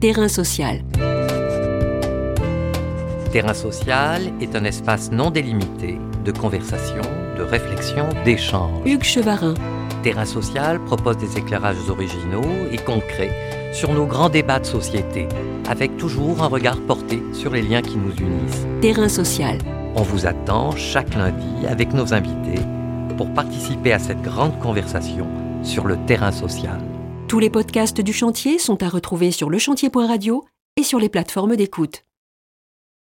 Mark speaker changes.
Speaker 1: Terrain social.
Speaker 2: Terrain social est un espace non délimité de conversation, de réflexion, d'échange.
Speaker 1: Hugues Chevarin,
Speaker 2: Terrain social propose des éclairages originaux et concrets sur nos grands débats de société, avec toujours un regard porté sur les liens qui nous unissent.
Speaker 1: Terrain social.
Speaker 2: On vous attend chaque lundi avec nos invités pour participer à cette grande conversation sur le terrain social.
Speaker 1: Tous les podcasts du chantier sont à retrouver sur lechantier.radio et sur les plateformes d'écoute.